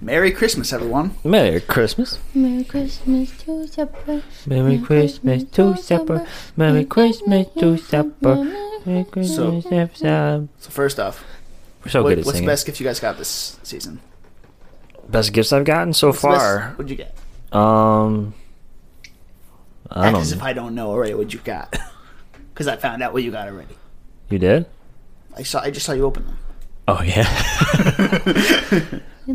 Merry Christmas, everyone. Merry Christmas. Merry Christmas to supper. Merry Christmas to supper. Merry Christmas to supper. Merry So- Christmas to supper. So first off, We're so what- good at what's singing. the best gift you guys got this season? Best gifts I've gotten so What's the best- far. what'd you get? Um, I Act don't. as if I don't know already what you got, because I found out what you got already. you did? I saw. I just saw you open them. Oh yeah.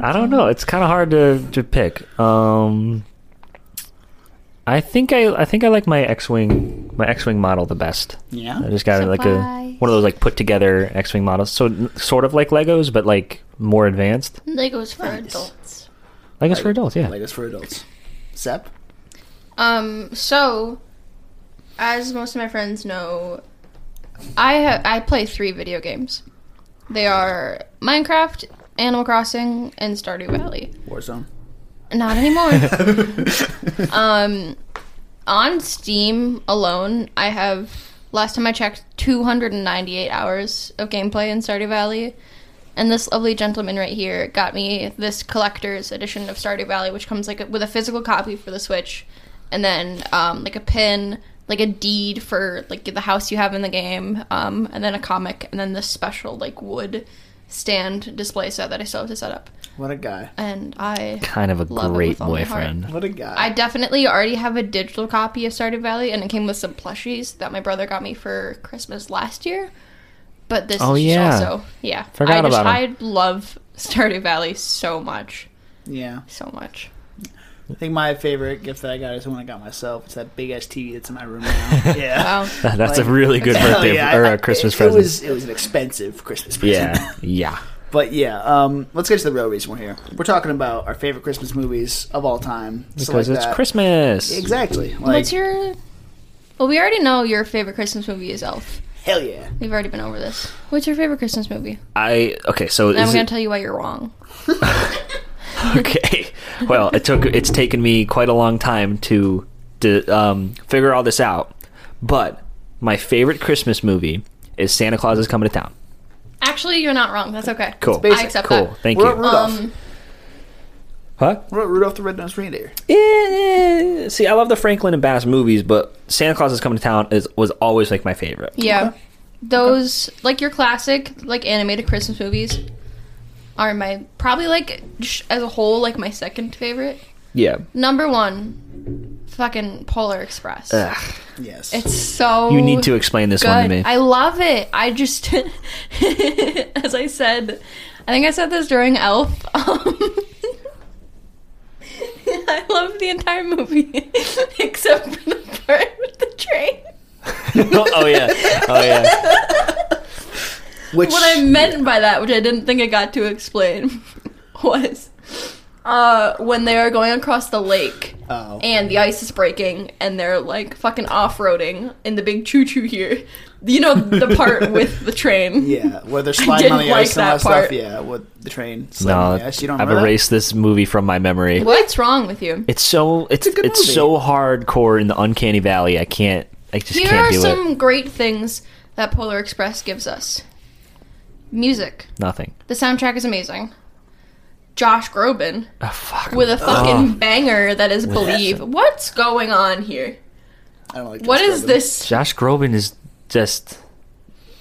I don't know. It's kind of hard to to pick. Um, I think I I think I like my X wing my X wing model the best. I Yeah. just got like a Oh, Surprise. one of those like put together X wing models. So n- sort of like Legos, but like more advanced. Legos for Nice. adults. Legos for adults, yeah. Like it's for adults. Sep. Um, so as most of my friends know, I ha- I play three video games. They are Minecraft, Animal Crossing, and Stardew Valley. Warzone. Not anymore. um, on Steam alone, I have last time I checked 298 hours of gameplay in Stardew Valley. And this lovely gentleman right here got me this collector's edition of Stardew Valley, which comes like a, with a physical copy for the Switch, and then um, like a pin, like a deed for like the house you have in the game, um, and then a comic, and then this special like wood stand display set that I still have to set up. What a guy. And I Kind of a Love it great with all my heart. boyfriend. What a guy. I definitely already have a digital copy of Stardew Valley, and it came with some plushies that my brother got me for Christmas last year. But this Oh, is just yeah. also yeah. Forgot I just, about 'em. I love Stardew Valley so much, yeah. so much. I think my favorite gift that I got is the one I got myself. It's that big ass TV that's in my room now. Yeah. Wow. That's Like- a really good Hell birthday yeah, or I- a Christmas it, It present. was, it was an expensive Christmas present. yeah, yeah. But yeah, um, let's get to the real reason we're here. We're talking about our favorite Christmas movies of all time. stuff Because like it's that. Christmas. Exactly. Like, What's your? Well, we already know your favorite Christmas movie is Elf. Hell yeah. We've already been over this. What's your favorite Christmas movie? I okay. So And I'm is going it, to tell you why you're wrong. okay. Well, it took it's taken me quite a long time to to um, figure all this out, but my favorite Christmas movie is Santa Claus is Coming to Town. Actually, you're not wrong. That's okay. Cool. basic. I accept cool. that. Thank We're at you. Rudolph. Um, Huh? We're at Rudolph the Red-Nosed Reindeer. Eh, eh. See, I love the Franklin and Bass movies, but Santa Claus is Coming to Town is was always like my favorite. Yeah. Those like your classic like animated Christmas movies are my probably like sh- as a whole like my second favorite. Yeah. Number 1 fucking Polar Express. Ugh. Yes. It's so You need to explain this one to me. good. I love it. I just as I said I think I said this during Elf. Um, I love the entire movie except for the part with the train. oh yeah. Oh yeah. Which what I meant by that, which I didn't think I got to explain, was uh, when they are going across the lake Oh. and the ice is breaking and they're like fucking off roading in the big choo choo here. You know the part with the train. yeah, where they're I sliding didn't on the like ice and all that that part. stuff. Yeah, with the train sliding on No, the ice. You don't I've remember that? erased this movie from my memory. What's wrong with you? It's so it's a it's, good movie. so hardcore in the uncanny valley. I can't. I just Here can't are do it. some great things that Polar Express gives us music. Nothing. The soundtrack is amazing. Josh Groban Oh, fuck. with a Ah. fucking banger that is Believe. What's going on here? I don't like What Josh is Groban. this? Josh Groban is just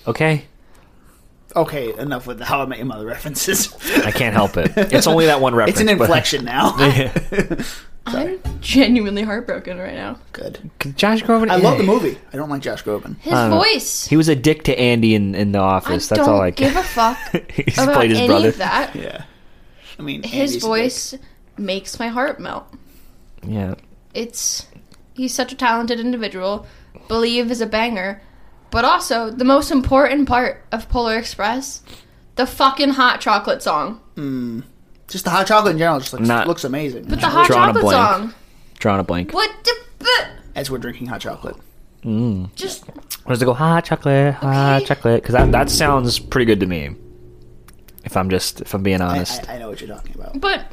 okay. Okay, enough with the How I Met Your Mother references. I can't help it. It's only that one reference. It's an but- inflection now. I'm genuinely heartbroken right now. Good. Josh Groban. I eh. love the movie. I don't like Josh Groban. His I don't know. voice. He was a dick to Andy in, in the I office. That's don't all I give can. a fuck He's about played his any brother. of that. Yeah. I mean, His Andy's a voice makes my heart melt. Yeah. It's he's such a talented individual. Believe is a banger, but also the most important part of Polar Express, the fucking hot chocolate song. dick. Just the hot chocolate in general just looks, Not- looks amazing. But the hot Drawing a chocolate blank. song. Drawing a blank. What the fuck? As we're drinking hot chocolate. Just Where's the go? Hot chocolate, hot Okay. chocolate. Because that, that sounds pretty good to me. If I'm just, if I'm being I, honest, I, I know what you're talking about. but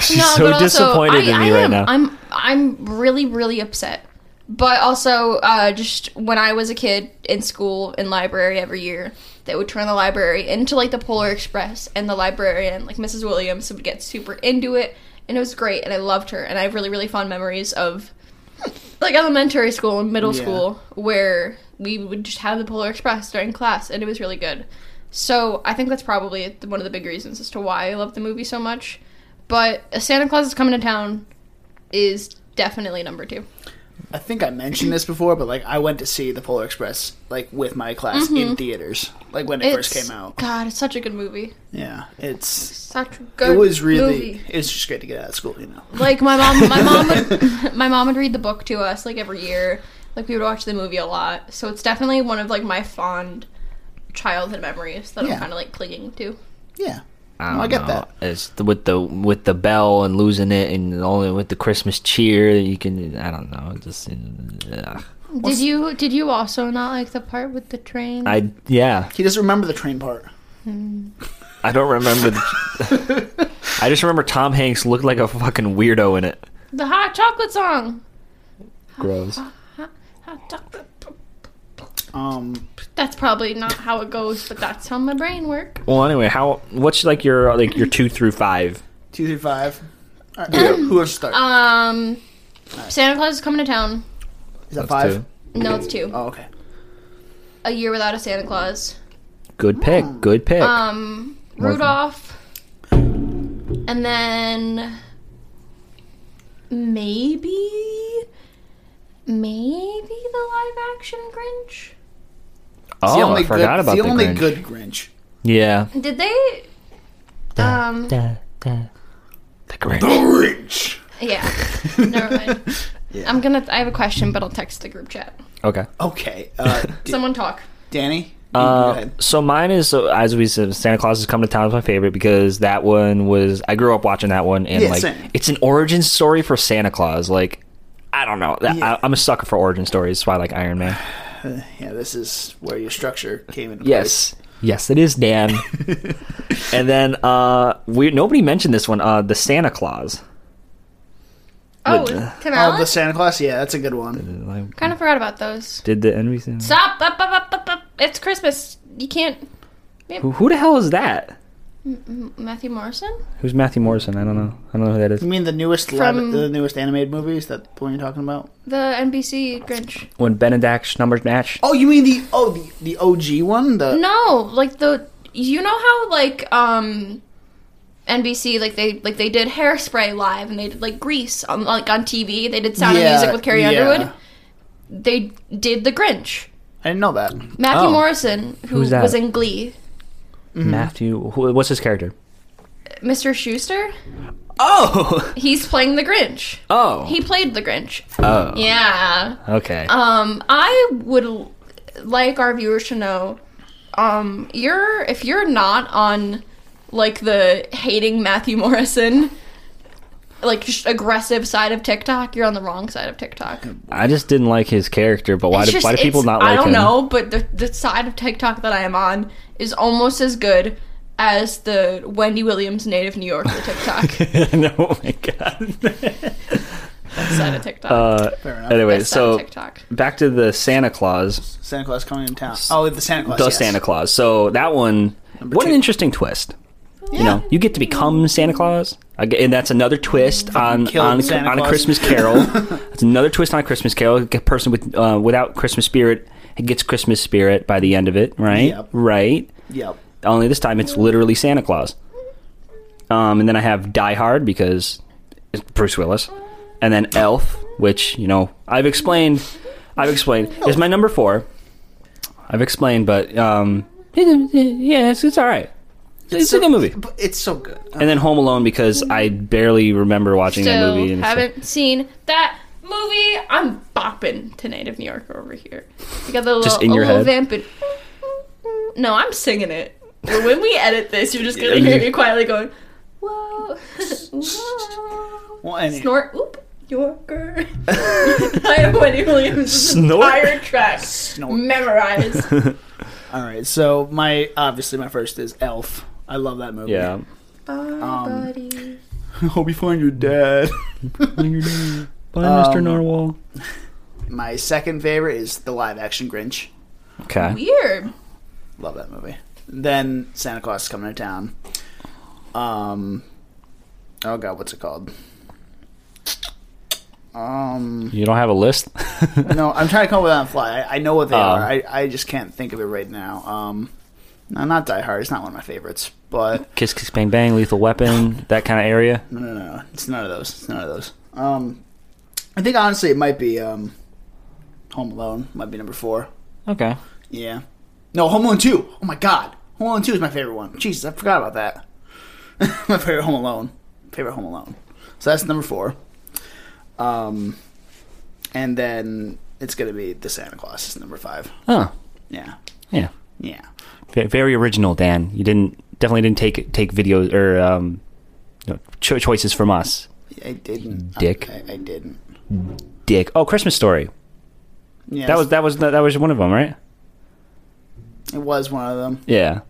she's No, so but also, disappointed I, in me I right am. now. I'm I'm really really upset. But also, uh, just when I was a kid in school in library every year, that would turn the library into like the Polar Express, and the librarian, like Mrs. Williams, would get super into it, and it was great, and I loved her, and I have really really fond memories of like elementary school and middle Yeah. school where we would just have the Polar Express during class, and it was really good. So I think that's probably the- one of the big reasons as to why I love the movie so much. But Santa Claus is coming to town is definitely number two. I think I mentioned this before, but like I went to see the Polar Express like with my class in theaters, like when it first Mm-hmm. It's- came out. God, it's such a good movie. Yeah, it's Such a good. it was really movie. it was just great to get out of school, you know. like my mom. My mom would my mom would read the book to us like every year. Like we would watch the movie a lot. So it's definitely one of like my fond childhood memories that Yeah. I'm kind of like clinging to. Yeah, don't No, I get know. that. It's the, with the with the bell and losing it, and only with the Christmas cheer that you can. I don't know. Just uh, ugh. Did you did you also not like the part with the train? I yeah. He doesn't remember the train part. I don't remember. The, I just remember Tom Hanks looked like a fucking weirdo in it. the hot chocolate song. Gross. Hot chocolate. Um, That's probably not how it goes, but that's how my brain works. Well, anyway, how what's like your like your two through five? two through five. All right, who wants to start? Um, Santa Claus is coming to town. Is that five? two. No, it's two. Oh, okay. A year without a Santa Claus. Good pick. Good pick. Um, Rudolph. And then maybe maybe the live action Grinch. It's oh, I forgot good, about the, the, only Grinch. good Grinch. Yeah. Did they um The Grinch. Grinch. yeah. Never mind. I'm gonna I have a question, but I'll text the group chat. Okay. Okay, uh, D- Someone talk. Danny. you go Uh, ahead. so mine is so as we said, Santa Claus has come to town is my favorite because that one was I grew up watching that one and Yeah, like same. it's an origin story for Santa Claus. Like I don't know, That- Yeah. I, I'm a sucker for origin stories. That's why I like Iron Man. Yeah, this is where your structure came into Yes, yes, it is Dan. and then uh, we nobody mentioned this one. Uh, the Santa Claus. Oh, Would- uh, can place. Oh, I? the Santa Claus. Yeah, that's a good one. Like, kind of forgot about those. did the NBC? Stop! Up, up, up, up, up. It's Christmas. You can't. Who, who the hell is that? Matthew Morrison? Who's Matthew Morrison? I don't know. I don't know who that is. You mean the newest From- live, the newest animated movie? Is that the one you're talking about? The NBC Grinch. When Benedict numbers match. Oh, you mean the oh the, the OG one? Uh, The No, like the you know how like um NBC like they like they did Hairspray live and they did like Grease on like on TV. They did Sound Yeah, and Music with Carrie yeah. Underwood. They did The Grinch. I didn't know that. Matthew Oh. Morrison, who Who's that? was in Glee, Mm-hmm. Matthew. Who, what's his character? Mr. Schuster, Oh. he's playing The Grinch. Oh. He played The Grinch. oh. Yeah. Okay. Um, I would l- like our viewers to know, um, you're if you're not on like the hating Matthew Morrison, like just aggressive side of TikTok, you're on the wrong side of TikTok. I just didn't like his character, but why It's do, just- why do people it's- not like I don't him? know, but the the side of TikTok that I am on is almost as good as the Wendy Williams native New Yorker TikTok no, oh my god. side of TikTok. uh, Fair enough. anyway, Best side of so TikTok. back to the Santa Claus, Santa Claus coming to town. Oh, the Santa Claus. the yes. Santa Claus. So that one, Number what two. an interesting twist. You know, you get to become Santa Claus, Aga- and that's another twist on killed on, Santa on a Claus. Christmas Carol. It's another twist on a Christmas Carol. A person with uh, without Christmas spirit gets Christmas spirit by the end of it, right? Yep. Right. Yep. Only this time it's literally Santa Claus. Um, and then I have Die Hard because it's Bruce Willis, and then Elf, which you know I've explained. I've explained is my number four. I've explained, but um, yeah, it's, it's all right. It's, a good movie. But it's so good. And then Home Alone because I barely remember watching that Still movie. and it's haven't seen that movie. I'm bopping to Native New Yorker over here. You got the little, Just in a your little head? vamping. No, I'm singing it. But when we edit this, you're just gonna Yeah. hear me quietly going, "Whoa, whoa, Well, any- snort, oop, Yorker." I have Wendy Williams' Snort? entire track memorized. All right. So my obviously my first is Elf. I love that movie. yeah, Bye, buddy. Hope you find your dad. Bye, Mr. Mr. Narwhal. my second favorite is the live action Grinch. Okay, Weird. Love that movie. Then Santa Claus is coming to town. Um, oh god, what's it called? Um, You don't have a list? no, I'm trying to come up with that on the fly. I, I know what they Oh. are. I, I just can't think of it right now. Um, no, not Die Hard. It's not one of my favorites, but Kiss, kiss, bang, bang, lethal weapon, that kind of area. no, no, no, no. It's none of those. It's none of those. Um, I think honestly, it might be um, Home Alone. Might be number four. Okay. Yeah. No, Home Alone 2. Oh my god. Home Alone 2 is my favorite one. Jesus, I forgot about that. my favorite Home Alone. Favorite Home Alone. So that's number 4. Um and then it's going to be The Santa Claus is number 5. Huh. Yeah. Yeah. Yeah. Ve- Very original, Dan. You didn't definitely didn't take take video or um, you know, cho- choices from us, I didn't. Dick. I, I didn't. Dick. Oh, Christmas Story. Yeah. That was that was that was one of them, right? it was one of them. Yeah.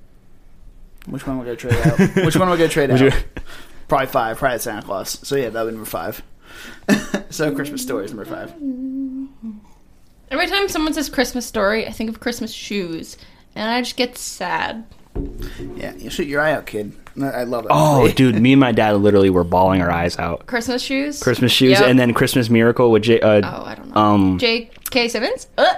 Which one we going to trade out? Which one we going to trade Would out? you- Probably 5. Probably Santa Claus. So yeah, that would be number 5. so Christmas Story is number 5. Every time someone says Christmas story, I think of Christmas shoes, and I just get sad. Yeah, you shoot your eye out, kid. I love it. Oh, dude, me and my dad literally were bawling our eyes out. Christmas shoes. Christmas shoes Yep. and then Christmas Miracle with J- uh, Oh, I don't know. um J.K. Simmons. Uh,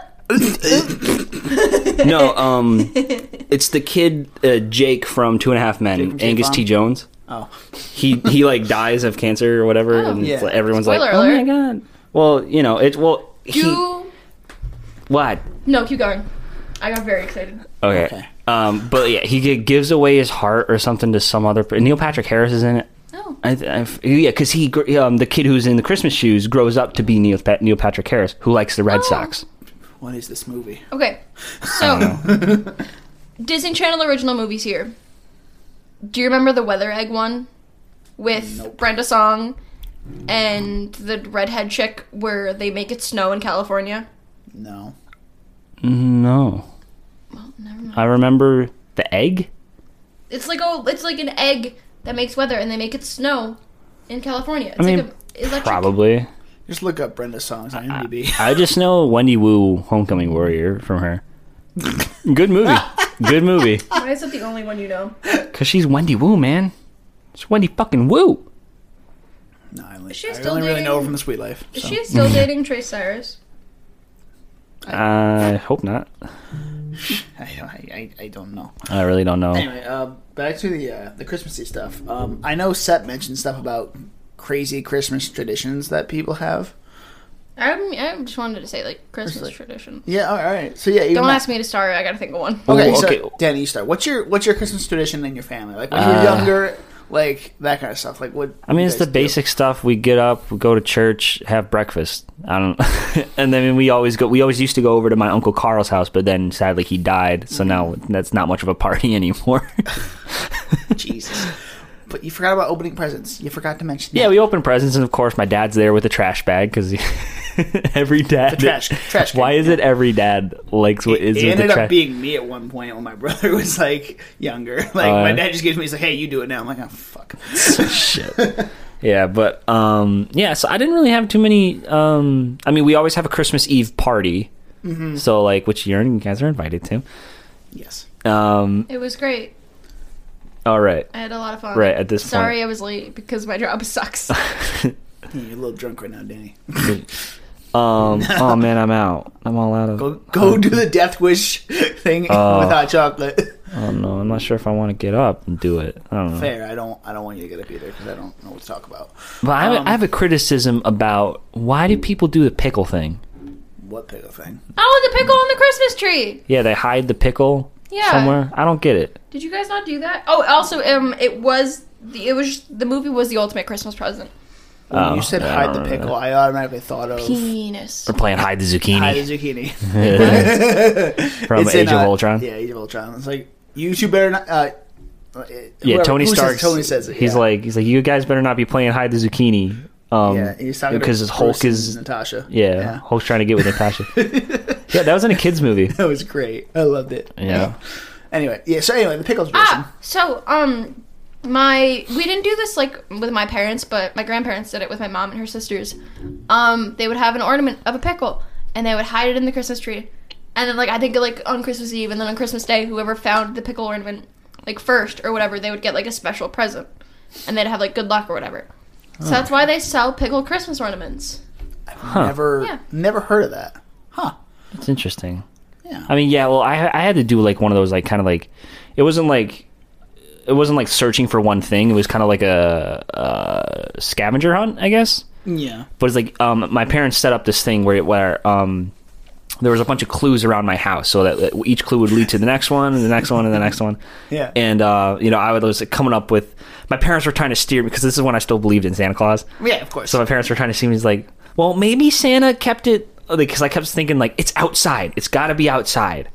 no um it's the kid uh, Jake from Two and a Half Men, from Jake Angus Mom? T Jones. Oh, He he like dies of cancer or whatever, Oh. and it's Yeah. like, everyone's like, Spoiler oh my alert. god. Well, you know it. Well, he, you. what? No, keep going. I got very excited. Okay. Okay. Um, but yeah, he g- gives away his heart or something to some other. per- Neil Patrick Harris is in it. Oh, I, th- I f- yeah, because he, gr- um, the kid who's in the Christmas shoes, grows up to be Neil, pa- Neil Patrick Harris, who likes the Red Oh. Sox. what is this movie? okay. So, Disney Channel original movies here. Do you remember the Weather Egg one with Nope. Brenda Song and the redhead chick where they make it snow in California? No. Mm-hmm, No, Well, never mind. I remember the egg. It's like oh, it's like an egg that makes weather, and they make it snow in California. It's I mean, like a electric. probably. Just look up Brenda songs on IMDb. I just know Wendy Wu, Homecoming Warrior, from her. Good movie. Good movie. Why is it the only one you know? Cause she's Wendy Wu, man. It's Wendy fucking Wu. no, I only, She's I still only really know her dating- from the Sweet Life. Is so. she Mm. still dating Trey Cyrus? I hope not. I, I, I, I don't know. I really don't know. Anyway, uh, back to the uh, the Christmassy stuff. Um, I know Seth mentioned stuff about crazy Christmas traditions that people have. I, I just wanted to say like Christmas tradition. Yeah, all right. So yeah, even Don't that- ask me to start. I gotta think of one. Okay, Ooh, so Oh, okay. Danny, you start. What's your what's your Christmas tradition in your family? Like when you were Uh, younger, like that kind of stuff. Like what? I mean, you it's guys the do. basic stuff. We get up, we go to church, have breakfast. I don't, and then we always go. We always used to go over to my uncle Carl's house, but then sadly he died, so now that's not much of a party anymore. Jesus. But you forgot about opening presents. You forgot to mention. yeah, that. we open presents, and of course my dad's there with a trash bag because every dad trash- trash can, Why is it every dad likes what is it with ended the up trash? being me at one point when my brother was like younger. Like my Uh, dad just gives me, he's like, "Hey, you do it now." I'm like, "Oh fuck." Shit. Yeah, but um, yeah. So I didn't really have too many. Um, I mean, we always have a Christmas Eve party. Mm-hmm. So like, which you're you guys are invited to. Yes. Um, It was great. all right, I had a lot of fun. right. At this Sorry, I was late because my job sucks. point, Hmm, You're a little drunk right now, Danny. um, oh man, I'm out. I'm all out of. Go, go do the death wish thing Oh. with hot chocolate. Oh no, I'm not sure if I want to get up and do it. I don't know. Fair. I don't. I don't want you to get up either because I don't know what to talk about. But I have, a Um, I have a criticism about why do people do the pickle thing? What pickle thing? oh, the pickle on the Christmas tree. Yeah, they hide the pickle Yeah. somewhere. I don't get it. Did you guys not do that? Oh, also, um, it was the it was the movie was the ultimate Christmas present. When Oh, you said yeah, I hide the don't pickle, I automatically thought of Penis. We're playing hide the zucchini. hide the zucchini From It's Age in, of uh, Ultron. Yeah, Age of Ultron. It's like you two better not. Uh, whoever- Yeah, Tony who says- Stark. Tony says it. He's yeah. like, he's like, you guys better not be playing hide the zucchini. Um, yeah, he's talking to because his Hulk Bruce and is, Natasha. yeah, Hulk's trying to get with Natasha. yeah, that was in a kids movie. That was great. I loved it. Yeah. Anyway, yeah. So anyway, the pickles tradition. Ah, so um, my we didn't do this like with my parents, but my grandparents did it with my mom and her sisters. Um, they would have an ornament of a pickle, and they would hide it in the Christmas tree, And then like I think like on Christmas Eve and then on Christmas Day, whoever found the pickle ornament like first or whatever, they would get like a special present, and they'd have like good luck or whatever. So that's why they sell pickle Christmas ornaments. Never, Yeah. never heard of that. Huh? It's interesting. Yeah. I mean, yeah. Well, I I had to do like one of those like kind of like it wasn't like it wasn't like searching for one thing. It was kind of like a, a scavenger hunt, I guess. Yeah. But it's like um, my parents set up this thing where where um, there was a bunch of clues around my house, so that that each clue would lead to the next one, and the next one, and the next one. Yeah. And uh, you know, I was like, coming up with my parents were trying to steer me because this is when I still believed in Santa Claus. Yeah, of course. So my parents were trying to see me. He's like, well, maybe Santa kept it because I kept thinking like it's outside. It's got to be outside.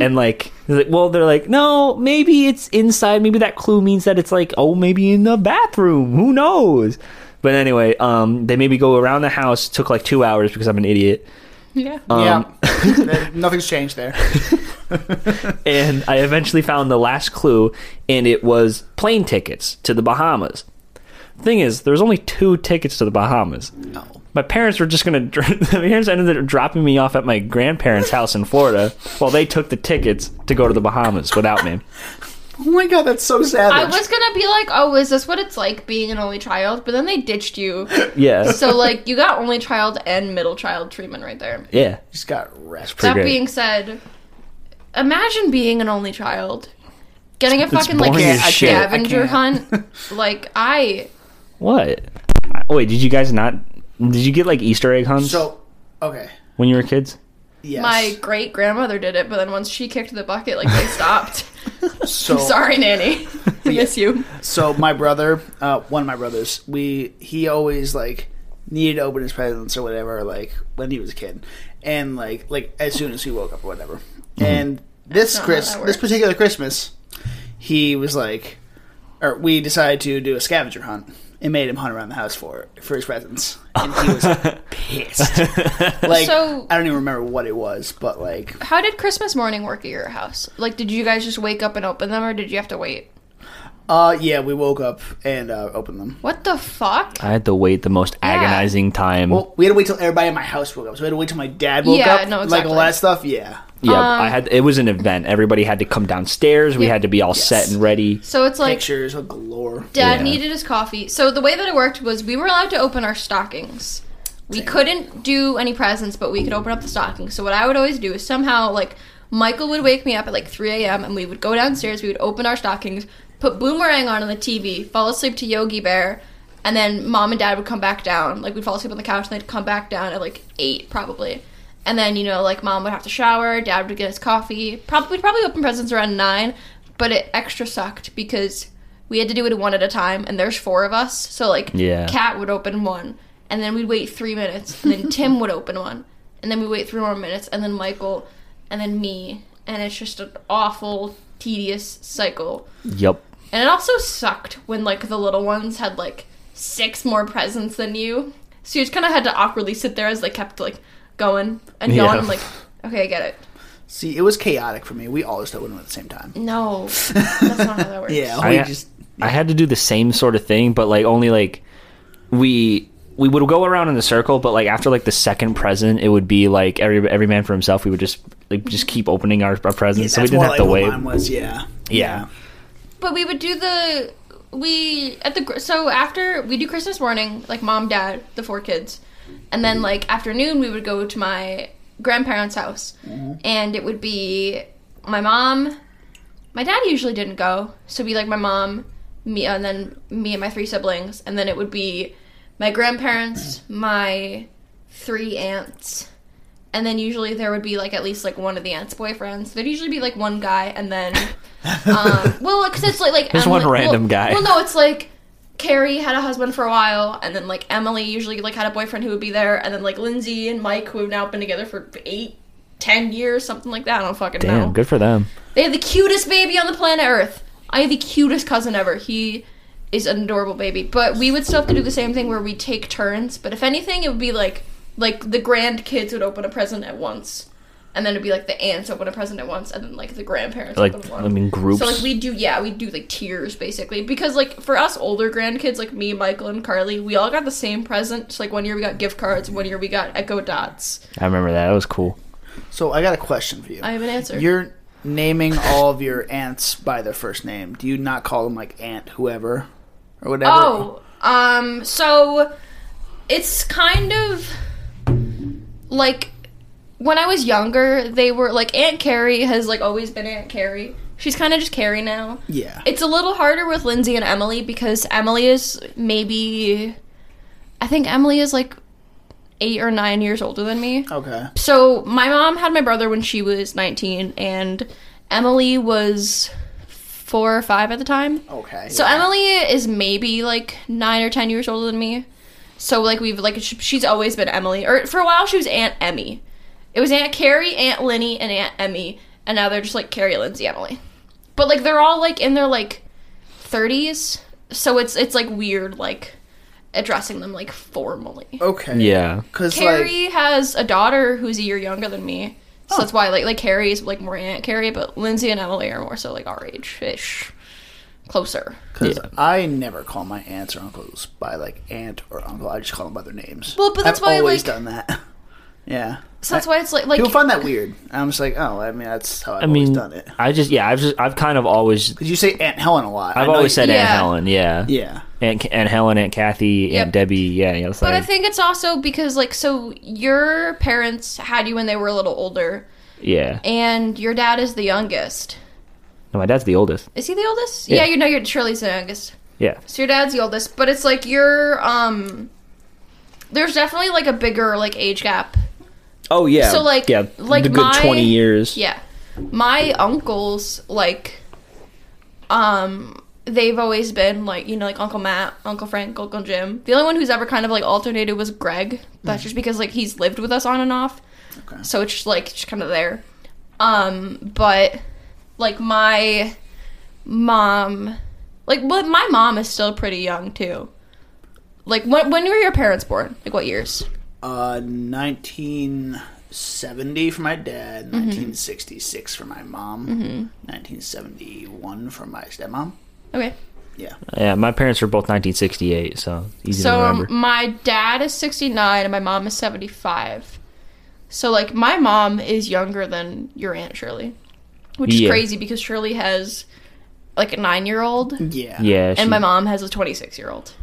and like, they're like, well, they're like, no, maybe it's inside. Maybe that clue means that it's like, oh, maybe in the bathroom. Who knows? But anyway, um, they maybe go around the house. Took like two hours because I'm an idiot. Yeah. um, yeah. Nothing's changed there. and I eventually found the last clue, and it was plane tickets to the Bahamas. Thing is, there was only two tickets to the Bahamas. No. My parents were just gonna. dr- My parents ended up dropping me off at my grandparents' house in Florida, while they took the tickets to go to the Bahamas without me. Oh my god, that's so savage. I was gonna be like, oh, is this what it's like being an only child? But then they ditched you. Yeah, So like you got only child and middle child treatment right there. yeah. just got wrecked. Pretty that great. being said, imagine being an only child. Getting a fucking like boring as a shit. scavenger I can't. hunt. Like I What? I- Wait, did you guys not? Did you get like Easter egg hunts So, okay. when you were kids? Yes. my great grandmother did it, but then once she kicked the bucket, like they stopped. so, Sorry, Nanny. we miss you. So my brother, uh, one of my brothers, we he always like needed to open his presents or whatever, like when he was a kid, and like like as soon as he woke up or whatever. And this not how Chris, that this works. particular Christmas, he was like, or we decided to do a scavenger hunt and made him hunt around the house for for his presents, and he was pissed. like So- I don't even remember what it was, but like How did Christmas morning work at your house? Like, did you guys just wake up and open them, or did you have to wait? Uh, yeah, we woke up and uh, opened them. What the fuck? I had to wait the most agonizing time. Well, we had to wait till everybody in my house woke up. So we had to wait till my dad woke Yeah, up. no, Like all exactly. that stuff. Yeah. yeah, I had. It was an event. Everybody had to come downstairs. We um, Yeah. had to be all set and ready. So it's like Pictures of galore. Dad Yeah. needed his coffee. So the way that it worked was we were allowed to open our stockings. We couldn't do any presents, but we could open up the stockings. So what I would always do is somehow like Michael would wake me up at like 3 a.m. and we would go downstairs. We would open our stockings, put Boomerang on on the TV, fall asleep to Yogi Bear, and then Mom and Dad would come back down. Like we'd fall asleep on the couch and they'd come back down at like eight probably. And then you know like Mom would have to shower, Dad would get his coffee. Probably we'd probably open presents around nine, but it extra sucked because we had to do it one at a time and there's four of us so like Yeah. cat would open one and then we'd wait three minutes and then tim would open one and then we wait three more minutes and then michael and then me and it's just an awful tedious cycle Yep. and it also sucked when like the little ones had like six more presents than you so you just kind of had to awkwardly sit there as they kept like going and going Yeah. I'm like okay i get it See, it was chaotic for me. We all just opened them at the same time. no that's not how that works Oh, Yeah. I we ha- just. I had to do the same sort of thing, but like only like we we would go around in a circle, but like after like the second present, it would be like every every man for himself. We would just like just keep opening our, our presents, so we that's didn't more have like to what wait. Mine was yeah. Yeah. But we would do the we at the gr- so after we do Christmas morning, like mom, dad, the four kids, and then like afternoon we would go to my grandparents' house, Mm-hmm. and it would be my mom. My dad usually didn't go, so it'd be like my mom, me, and then me and my three siblings, and then it would be my grandparents, my three aunts. And then usually there would be like at least like one of the aunts' boyfriends. There'd usually be like one guy, and then um, well, because it's like like There's one Emily- random well- guy. Well, no, it's like Carrie had a husband for a while, and then like Emily usually like had a boyfriend who would be there, and then like Lindsay and Mike who have now been together for eight, ten years, something like that. I don't fucking Damn, know. good for them. They have the cutest baby on the planet Earth. I have the cutest cousin ever. He is an adorable baby. But we would still have to do the same thing where we take turns. But if anything, it would be like like the grandkids would open a present at once. And then it'd be like the aunts open a present at once, and then like the grandparents Like open one. I mean, groups. So like we do, yeah, we do like tiers basically because like for us older grandkids, like me, Michael, and Carly, we all got the same present. So, like one year we got gift cards, one year we got Echo Dots. I remember that. That was cool. So I got a question for you. I have an answer. You're naming all of your ants by their first name. Do you not call them like ant whoever or whatever? Oh, um, so it's kind of like when I was younger, they were like Aunt Carrie has like always been Aunt Carrie. She's kind of just Carrie now. yeah. It's a little harder with Lindsay and Emily because Emily is maybe, I think Emily is like eight or nine years older than me. okay. So my mom had my brother when she was 19, and Emily was four or five at the time. Okay. So yeah. Emily is maybe like nine or ten years older than me. So like we've like sh- she's always been Emily, or for a while she was Aunt Emmy. It was Aunt Carrie, Aunt Linny, and Aunt Emmy, and now they're just like Carrie, Lindsay, Emily. But like they're all like in their like thirties, so it's it's like weird like addressing them like formally. Okay. Yeah. Because like Carrie has a daughter who's a year younger than me, Oh. so that's why like like Carrie is like more Aunt Carrie, but Lindsay and Emily are more so like our age ish, closer. because Yeah. I never call my aunts or uncles by like aunt or uncle. I just call them by their names. Well, but that's I've why, always like- done that. yeah. So that's why it's like like People find that weird. I'm just like, oh, I mean, that's how I've I mean, always done it. I just yeah, I've just I've kind of always Because you say Aunt Helen a lot. I I've know always you- said Aunt Yeah. Helen, yeah, Yeah. Aunt Aunt Helen, Aunt Kathy, Yep. Aunt Debbie, yeah. yeah it's but I like- think it's also because like so your parents had you when they were a little older, yeah. and your dad is the youngest. No, my dad's the oldest. Is he the oldest? Yeah. Yeah, you know, you're Shirley's the youngest. Yeah, So your dad's the oldest, but it's like you're um. There's definitely like a bigger like age gap. Oh yeah. So, like- yeah, like the good my- twenty years. Yeah, my uncles like, um, they've always been like you know like Uncle Matt, Uncle Frank, Uncle Jim. The only one who's ever kind of like alternated was Greg. That's just because like he's lived with us on and off. Okay. so it's just like just kind of there um but like my mom like but my mom is still pretty young too like when, when were your parents born like what years Uh, 1970 for my dad, Mm-hmm. 1966 for my mom, 1971 for my stepmom. okay Yeah. Yeah, my parents were both 1968, so easy to so um, remember. my dad is 69 and my mom is 75 so like my mom is younger than your aunt shirley which Yeah. is crazy because shirley has like a nine year old Yeah. yeah, she- and my mom has a 26 year old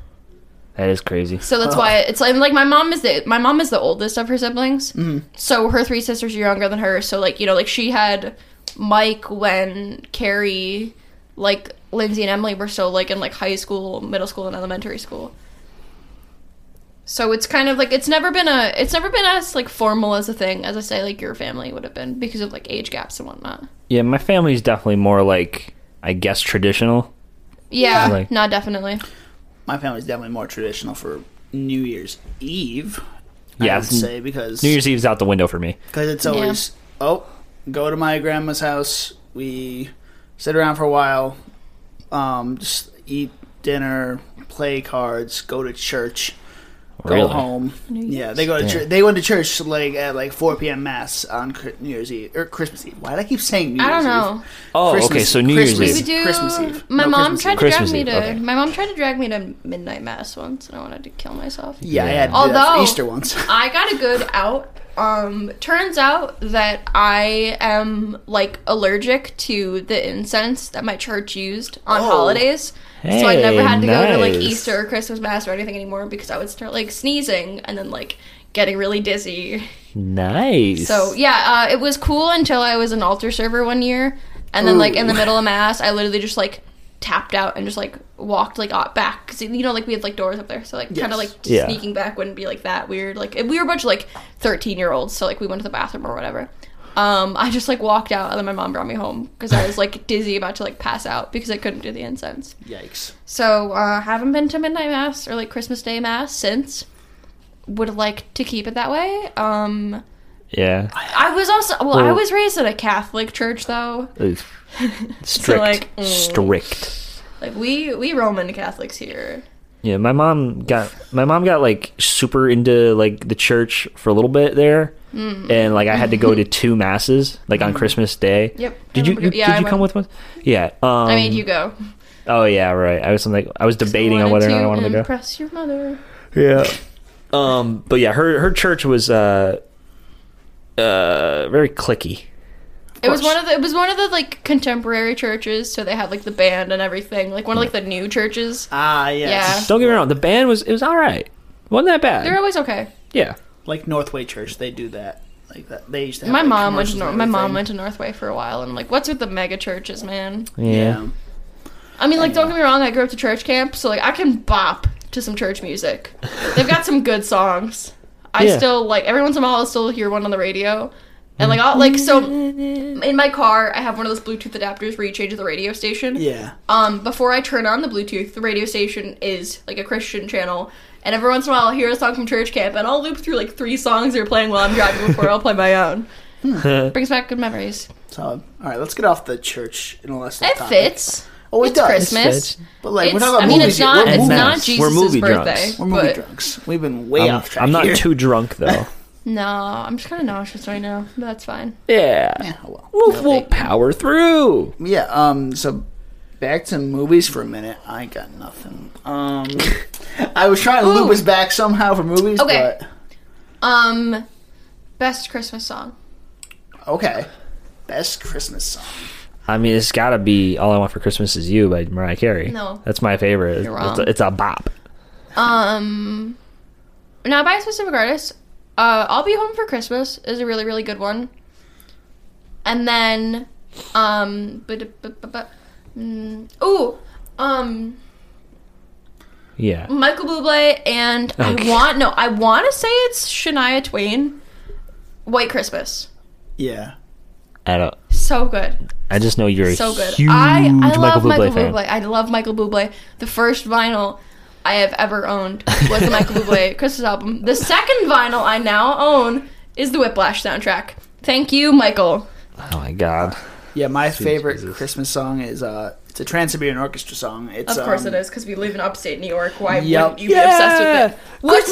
that is crazy. So that's why it's like, like my mom is the my mom is the oldest of her siblings. So her three sisters are younger than her. So like you know like she had Mike when Carrie, like Lindsay and Emily were still like in like high school, middle school, and elementary school. So it's kind of like it's never been a it's never been as like formal as a thing as I say like your family would have been because of like age gaps and whatnot. Yeah, my family's definitely more like I guess traditional. Yeah. Yeah, Like- no, definitely. My family's definitely more traditional for New Year's Eve. Yeah, I would it's- say because New Year's Eve's out the window for me. Because it's always, oh, go to my grandma's house. We sit around for a while, um, just eat dinner, play cards, go to church, go Really? home. Yeah, they go to Yeah. church. They went to church like at like 4 p.m. mass on Cr- New Year's Eve or Christmas Eve. Why do I keep saying New I don't Year's know. Eve? Oh, Christmas- okay, so New Year's Christmas- We Eve. would do. Christmas Eve. My No, mom Christmas tried to Eve. Christmas drag me Eve, to. okay. My mom tried to drag me to midnight mass once, and I wanted to kill myself. Yeah, I had to do Although- that for Easter once. I got a good out. Um, turns out that I am like allergic to the incense that my church used on Oh. holidays. so I never Hey, had to go to like nice. Easter or Christmas mass or anything anymore because I would start like sneezing and then like getting really dizzy. Nice. So yeah, uh, it was cool until I was an altar server one year, and then like in the middle of mass, I literally just like tapped out and just like walked like out back because you know like we had like doors up there, so like kind Yes. of like Yeah. sneaking back wouldn't be like that weird. Like we were a bunch of like thirteen year olds, so like we went to the bathroom or whatever. Um, I just like walked out, and then my mom brought me home because I was like dizzy, about to like pass out because I couldn't do the incense. Yikes. So uh, haven't been to midnight mass or like Christmas Day mass since. Would like to keep it that way. Um, yeah, I was also well, I Well- was raised in a Catholic church though. Oof. strict, like, mm. strict. Like we we Roman Catholics here. Yeah, my mom got my mom got like super into like the church for a little bit there, Mm. and like I had to go to two masses like on Christmas Day. Yep. Did I you, remember- you yeah, did I you come went. with one? Yeah. Um, I made you go. Oh yeah, right. I was like I was debating on Wanted whether or to not I wanted to go. Impress your mother. Yeah. Um, but yeah, her her church was uh uh, very clicky. It was course. one of the it was one of the like contemporary churches, so they had like the band and everything, like one of like the new churches. Ah, yes. Don't get me wrong, the band was it was all right. wasn't that bad. They're always okay. yeah, Like Northway Church, they do that. Like that. They used to. Have, My like, mom went to commercials Nor- and my mom went everything. to Northway for a while, and I'm like, what's with the mega churches, man? yeah. I mean, like, don't get me wrong, I grew up to church camp, so like I can bop to some church music. They've got some good songs. I Yeah. still like every once in a while I'll still hear one on the radio. And like I'll like so in my car I have one of those Bluetooth adapters where you change the radio station. Yeah. Um, before I turn on the Bluetooth, the radio station is like a Christian channel, and every once in a while I'll hear a song from church camp, and I'll loop through like three songs they're playing while I'm driving before I'll play my own. Hmm. Brings back good memories. So, all right, let's get off the church intellectual. It topic. fits. Oh, it it's does. Christmas. It's- But like, we're It's- talking about I mean, movies. it's here. not. We're It's movies. not Mass. We're Jesus' movie birthday. drunks. We're movie but- drunks. We've been way I'm, off track. I'm not here. too drunk though. No, I'm just kind of nauseous right now. But that's fine. yeah, Yeah, oh well. we'll, we'll power through. Yeah. Um. So back to movies for a minute. I got nothing. Um. I was trying to loop Ooh. us back somehow for movies. Okay. But, Um, best Christmas song. okay. Best Christmas song. I mean, it's got to be "All I Want for Christmas Is You" by Mariah Carey. No. that's my favorite. You're It's, wrong. a, it's a bop. Um, not by a specific artist. Uh, I'll be home for Christmas is a really really good one. And then, um, but, but, but, mm, ooh, um, Yeah, Michael Bublé and Okay. I want no, I want to say it's Shania Twain, White Christmas. Yeah. I don't. So good, I just know you're so a good. huge I I love Michael Bublé Michael fan. Bublé. I love Michael Bublé. The first vinyl. I have ever owned was the Michael Bublé Christmas album. The second vinyl I now own is the Whiplash soundtrack. Thank you, Michael. Oh my god. Yeah. My favorite Jesus. Christmas song is uh. It's a Trans-Siberian Orchestra song. It's Of course um, it is because we live in upstate New York. Why Yep. wouldn't you be obsessed with it? What's the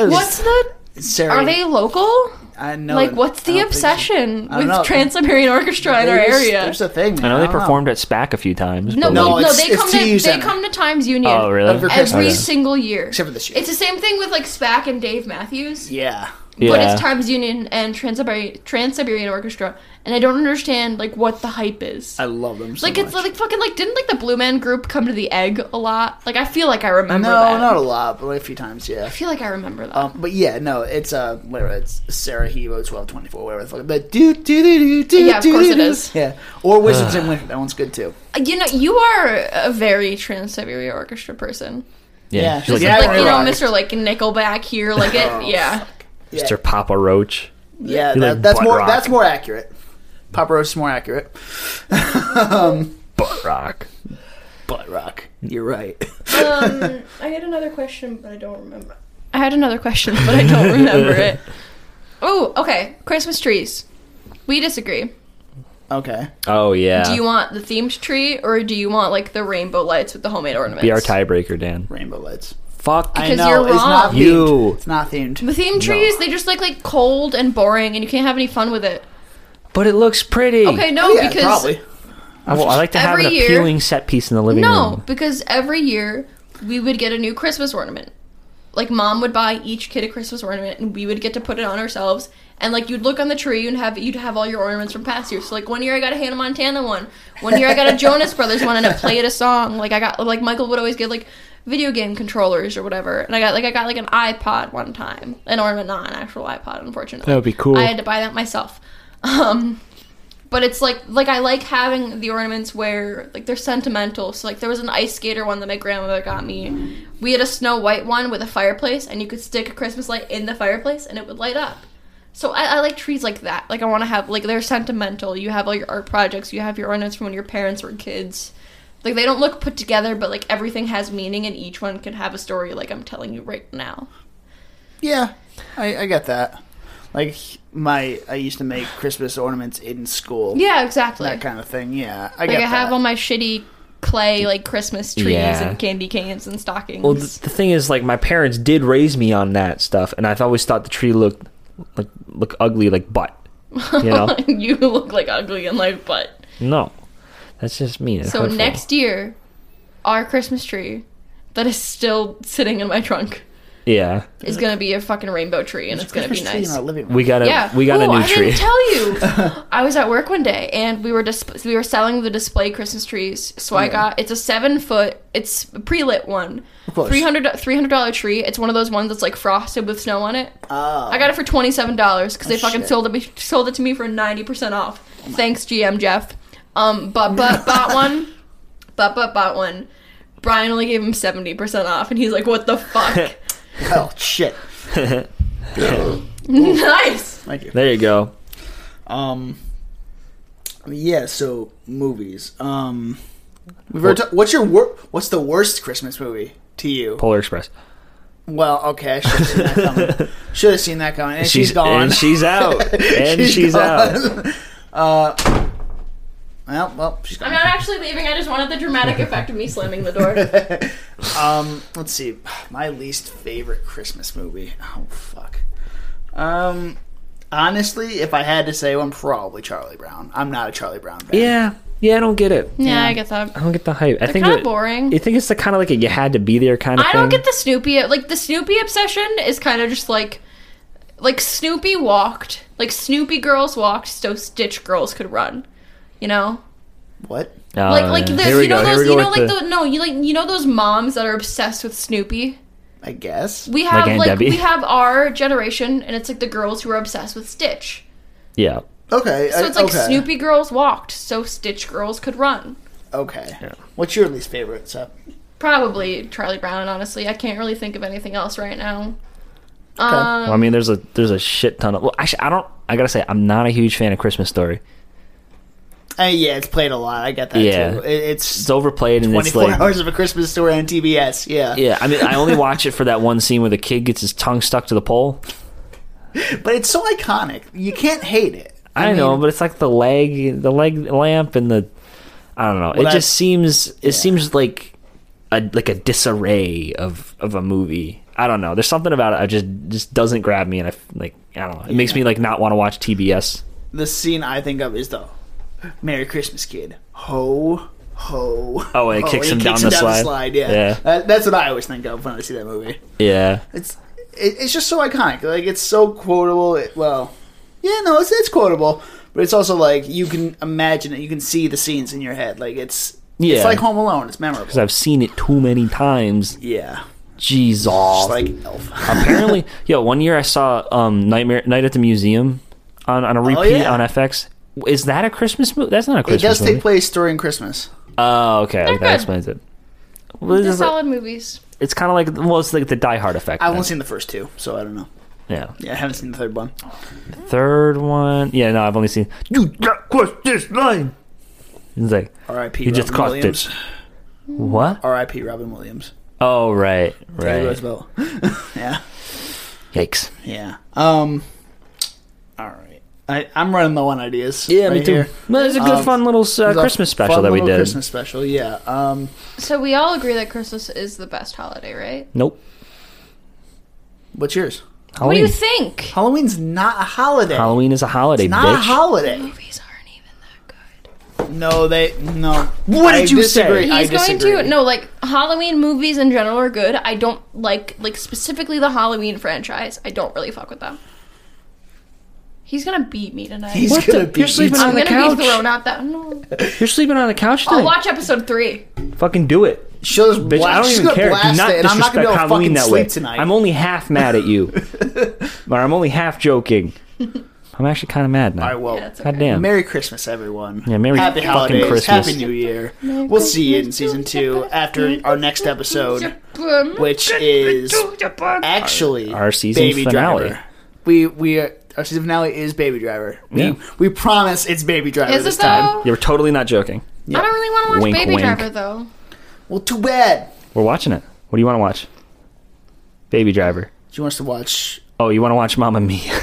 Christmas! What's the? It's Sarah. Are they local? I know. like, what's I don't think the so. obsession I don't know. with Trans Siberian Orchestra in our There's- area? There's a thing. Man. I know they don't performed at SPAC a few times. No, but No, no, like, it's- they it's come TU to they Center. come to Times Union. oh really? Over Christmas. Every Okay. single year. Except for this year. It's the same thing with like SPAC and Dave Matthews. Yeah. But Yeah. it's Times Union and Trans Siberian Orchestra, and I don't understand like what the hype is. I love them. So like it's much. like fucking like didn't like the Blue Man Group come to the Egg a lot? Like I feel like I remember no, that. not a lot, but a few times, yeah. I feel like I remember that. Um, but yeah, no, it's uh, whatever. It's Sarah Hebo, twelve twenty four, whatever the fuck. But do do do do do. Yeah, of do, course do, it do. is. Yeah, or Wizards in Winter. That one's good too. you know, you are a very Trans Siberian Orchestra person. yeah, yeah. She's yeah, like, Like you know, realized. Mr. Like Nickelback here, like it, yeah. Yeah, Mr. Papa Roach. yeah You that, like that's butt more rock. that's more accurate. Papa Roach is more accurate. um, Butt rock. butt rock. You're right. Um, I had another question, but I don't remember. I had another question, but I don't remember it. Oh, okay. Christmas trees. We disagree. okay. Oh yeah. Do you want the themed tree, or do you want like the rainbow lights with the homemade ornaments? be our tiebreaker, Dan? Rainbow lights. Fuck. I Because know you're it's not wrong. themed. You. It's not themed. The themed trees, they just look like cold and boring, and you can't have any fun with it. But it looks pretty. Okay, no, Oh, yeah, because probably. I, well, I like to have Every an year- appealing set piece in the living no, room. because every year we would get a new Christmas ornament. Like mom would buy each kid a Christmas ornament, and we would get to put it on ourselves. And like you'd look on the tree and have you'd have all your ornaments from past years. So like one year I got a Hannah Montana one, one year I got a Jonas Brothers one, and it played a song. Like I got like Michael would always get like video game controllers or whatever, and I got like I got like an iPod one time, an ornament, not an actual iPod, unfortunately. That would be cool. I had to buy that myself. Um, but it's like like I like having the ornaments where like they're sentimental. So like there was an ice skater one that my grandmother got me. We had a Snow White one with a fireplace, and you could stick a Christmas light in the fireplace, and it would light up. So I, I like trees like that. Like I want to have like they're sentimental. You have all your art projects. You have your ornaments from when your parents were kids. Like they don't look put together, but like everything has meaning, and each one can have a story. Like I'm telling you right now. Yeah, I, I get that. Like my, I used to make Christmas ornaments in school. Yeah, exactly. that kind of thing. Yeah, I Like get I have that. all my shitty clay like Christmas trees Yeah. and candy canes and stockings. Well, th- the thing is, like, my parents did raise me on that stuff, and I've always thought the tree looked like look ugly, like butt. You know? you look like ugly in life, but no, that's just me. It's so hurtful. next year, our Christmas tree that is still sitting in my trunk Yeah, is gonna be a fucking rainbow tree, and it's gonna be Christmas tree nice. In our living room. we got a Yeah, we got Ooh, a new I tree. didn't tell you. I was at work one day, and we were dis- we were selling the display Christmas trees. So I got it's a seven foot, it's a pre lit one, course. three hundred dollar tree. It's one of those ones that's like frosted with snow on it. Oh. I got it for twenty seven dollars Oh, because they fucking shit. sold it me- sold it to me for ninety percent off. Thanks GM Jeff. Um, but but bought one, but but bought one. Brian only gave him seventy percent off, and he's like, "What the fuck?" Oh shit. nice. Thank you. there you go. Um. Yeah. So movies. Um. We've already ta- what's your wor- What's the worst Christmas movie to you? Polar Express. Well, okay, I should have seen that coming. should have seen that coming. And she's, gone. And she's out. And she's, out. out. Uh, well, well, she's I'm gone. not actually leaving. I just wanted the dramatic effect of me slamming the door. Um, let's see. My least favorite Christmas movie. Oh fuck. Um, honestly, if I had to say one, probably Charlie Brown. I'm not a Charlie Brown fan. Yeah. Yeah, I don't get it. Yeah, I get that. I don't get the hype. I think kinda it- boring. You think it's the kind of like a you had to be there kind of I thing. don't get the Snoopy. Like the Snoopy obsession is kind of just like, like Snoopy walked, like Snoopy girls walked, so Stitch girls could run. You know, What? Oh, like like yeah. the, Here we you know go, here we those go you know with like the- the, no you like you know those moms that are obsessed with Snoopy. I guess. We have Aunt like, Debbie? we have our generation, and it's like the girls who are obsessed with Stitch. yeah. Okay. So Uh, I- it's like okay. Snoopy girls walked, so Stitch girls could run. Okay. What's your least favorite? So Probably Charlie Brown. Honestly, I can't really think of anything else right now. Um, Well, I mean, there's a there's a shit ton of. Well, actually, I don't. I gotta say, I'm not a huge fan of Christmas Story. uh, yeah, it's played a lot. I get that Yeah. too. It, it's It's overplayed and it's 24 like. hours of a Christmas story on TBS. Yeah. Yeah, I mean, I only watch it for that one scene where the kid gets his tongue stuck to the pole. But it's so iconic. You can't hate it. I, mean, know, but it's like the leg, the leg lamp, and the I don't know. it that's- just seems it seems like a like a disarray of of a movie. I don't know. There's something about it I just just doesn't grab me, and I f- like I don't know. It makes me like not want to watch TBS. the scene I think of is the "Merry Christmas, Kid." Ho, ho. Oh, and it ho, kicks him and down the slide. yeah, Yeah. That, that's what I always think of when I see that movie. Yeah, It's it, it's just so iconic. Like it's so quotable. It, well, yeah, no, it's it's quotable, but it's also like you can imagine it. You can see the scenes in your head. Like it's Yeah. it's like Home Alone. It's memorable. because I've seen it too many times. yeah, Jesus. just like Elf. apparently yo one year i saw um nightmare night at the museum on, on a repeat Oh, yeah. on fx is that a christmas movie that's not a it does christmas take movie place during Christmas. oh okay that good. explains it Well, it's they're just like- solid movies. it's kind of like well it's like the die hard effect I've then. only seen the first two, so I don't know. yeah Yeah, I haven't seen the third one. third one yeah no i've only seen you just crossed this line it's like R.I.P. you Robin just crossed Williams. it what R.I.P. Robin Williams. oh right Teddy right Roosevelt. yeah, yikes yeah. Um, all right. I, I'm running low on ideas. right here. Well, it's a good Um, fun little It uh, was a christmas special fun that we little did Christmas special, yeah. Um, So we all agree that Christmas is the best holiday, right? nope what's yours? What do halloween you think? Halloween's not a holiday. halloween is a holiday not bitch a holiday. Movies aren't even that No, they no. What did I you say? disagree. good. I He's going disagree. to no, like Halloween movies in general are good. I don't like like specifically the Halloween franchise. I don't really fuck with them. He's gonna beat me tonight. He's What gonna the- be. you're sleeping he's- on the I'm gonna be couch. thrown out that. No. You're sleeping on the couch I'll tonight. watch episode three. Fucking do it. She'll just Bitch, I blast, don't she's even gonna care. Do blast not it, and I'm not disrespect gonna be able to Halloween fucking that sleep way. tonight. I'm only half mad at you. or I'm only half joking. I'm actually kind of mad now. all right, well, Yeah, it's okay. God damn. Merry Christmas, everyone. Yeah, Merry Happy fucking holidays. Christmas. Happy New Year. we'll see you in season two after our next episode, which is actually Our season Baby finale. Driver. We we are, our season finale is Baby Driver. We Yeah. we promise it's Baby Driver Is this it time. though? You're totally not joking. I don't really want to watch Wink, Baby wink. Driver though. Well, too bad. We're watching it. What do you want to watch? Baby Driver. She wants to watch Oh, you want to watch Mamma Mia?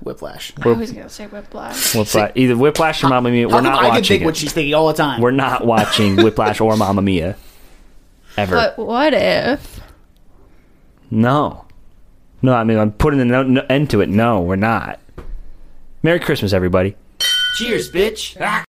Whiplash. I was gonna say Whiplash. Whiplash. Either Whiplash or Mamma Mia. How We're come not I can think watching what it. she's thinking all the time. We're not watching Whiplash or Mamma Mia. Ever. But what if? No. No, I mean, I'm putting an no- end to it. No, we're not. Merry Christmas, everybody. Ah. Cheers, bitch.